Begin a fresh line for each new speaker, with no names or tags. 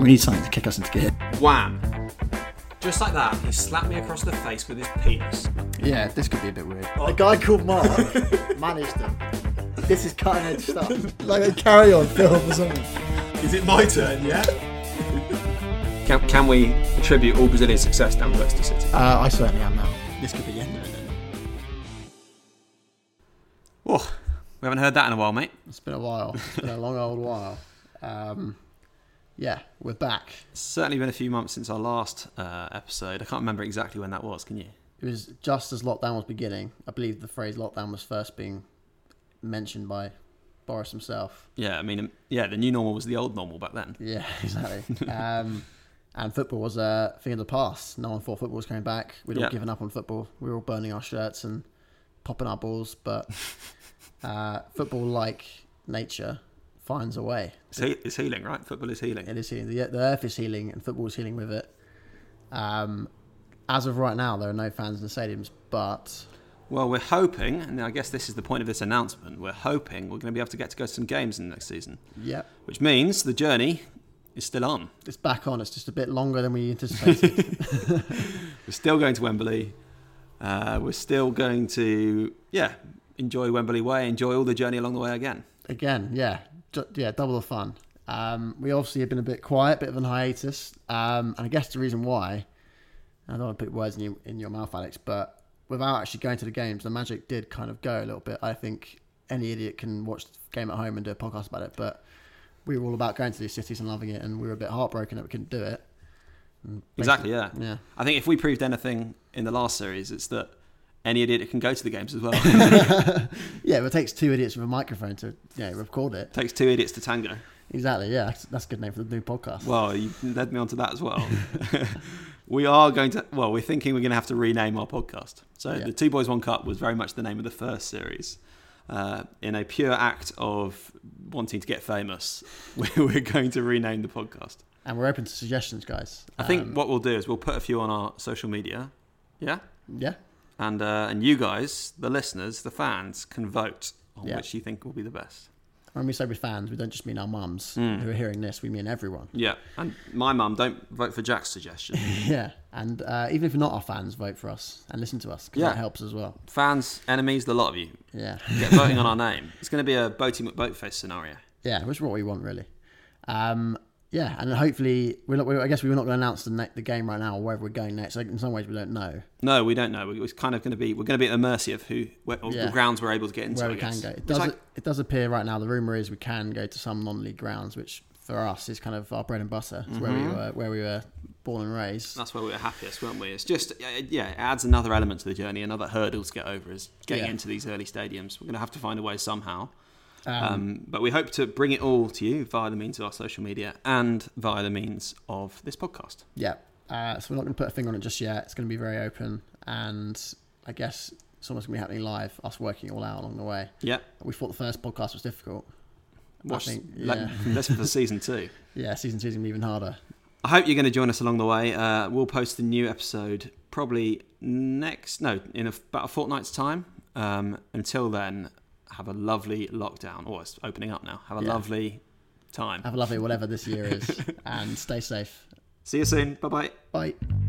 We need something to kick us into gear.
Wham! Just like that, he slapped me across the face with his penis.
Yeah, this could be a bit weird.
A guy called Mark managed them. This is cutting edge stuff.
Like a carry on film or something.
Is it my turn? Yeah.
Can, can we attribute all Brazilian success down to City?
Uh, I certainly am now. This could be the end of it. then.
Oh, we haven't heard that in a while, mate.
It's been a while. It's been a long old while. Um, yeah, we're back.
It's certainly been a few months since our last uh, episode. I can't remember exactly when that was, can you?
It was just as lockdown was beginning. I believe the phrase lockdown was first being mentioned by Boris himself.
Yeah, I mean, um, yeah, the new normal was the old normal back then.
Yeah, exactly. um, and football was a thing of the past. No one thought football was coming back. We'd
Yeah.
all given up on football. We were all burning our shirts and popping our balls. But uh, football, like nature, finds a way.
It's, he- it's healing, right? Football is healing.
It is healing. The, the earth is healing, and football is healing with it. Um, as of right now, there are no fans in the stadiums, but
Well, we're hoping, and I guess this is the point of this announcement, we're hoping we're going to be able to get to go to some games in the next season,
yeah,
which means the journey is still on.
it's back on. It's just a bit longer than we anticipated.
We're still going to Wembley. Uh, we're still going to, yeah, enjoy Wembley Way, enjoy all the journey along the way again.
Again, yeah, ju- yeah, double the fun. Um, we obviously have been a bit quiet, bit of an hiatus, um, and I guess the reason why, I don't want to put words in your, in your mouth, Alex, but without actually going to the games, the magic did kind of go a little bit. I think any idiot can watch the game at home and do a podcast about it, but we were all about going to these cities and loving it, and we were a bit heartbroken that we couldn't do it.
Exactly, yeah.
Yeah.
I think if we proved anything in the last series, it's that any idiot can go to the games as well.
Yeah, but it takes two idiots with a microphone to you know, record it.
Takes two idiots to tango.
Exactly, yeah, that's, that's a good name for the new podcast.
Well, you led me on to that as well. we are going to, well, we're thinking we're going to have to rename our podcast. So,
Yeah.
The Two Boys, One Cup was very much the name of the first series. Uh, in a pure act of wanting to get famous, we- we're going to rename the podcast.
And we're open to suggestions, guys.
I think
Um,
what we'll do is we'll put a few on our social media. Yeah?
yeah.
And, uh, and you guys, the listeners, the fans, can vote on
Yeah.
which you think will be the best.
When we say we fans, we don't just mean our mums
Hmm.
who are hearing this. We mean everyone.
Yeah. And my mum, don't vote for Jack's suggestion.
Yeah, and uh, even if you're not our fans, vote for us and listen to us. 'cause
Yeah.
that helps as well.
fans, enemies, the lot of you.
Yeah,
get voting on our name. It's going to be a Boaty McBoatface scenario.
yeah, which is what we want really. Um, yeah, and hopefully we're not. we I guess we're not going to announce the ne- the game right now or where we're going next. Like, in some ways, we don't know
No, we don't know. We're it's kind of going to be we're going to be at the mercy of who where, or
Yeah.
the grounds we're able to get into.
where
I
we can
guess.
go. It
It's
does.
like-
it does appear right now. The rumor is we can go to some non-league grounds, which for us is kind of our bread and butter. It's where we
Mm-hmm.
were where we were born and raised.
that's where we were happiest, weren't we? It's just yeah, it- yeah, it adds another element to the journey, another hurdle to get over is getting
Yeah.
into these early stadiums. We're going to have to find a way somehow. Um, but we hope to bring it all to you via the means of our social media and via the means of this podcast.
Yeah. Uh, so we're not going to put a thing on it just yet. It's going to be very open, and I guess it's almost going to be happening live. Us working it all out along the way.
Yeah,
We thought the first podcast was difficult.
watch.
think,
like,
yeah.
listen for season two.
Yeah, season two's going to be even harder.
I hope you're going to join us along the way. Uh, we'll post the new episode probably next, no, in a, about a fortnight's time. Um, until then, have a lovely lockdown. Oh, it's opening up now. Have a
Yeah.
lovely time.
Have a lovely whatever this year is, and stay safe.
See you soon. Bye bye.
Bye.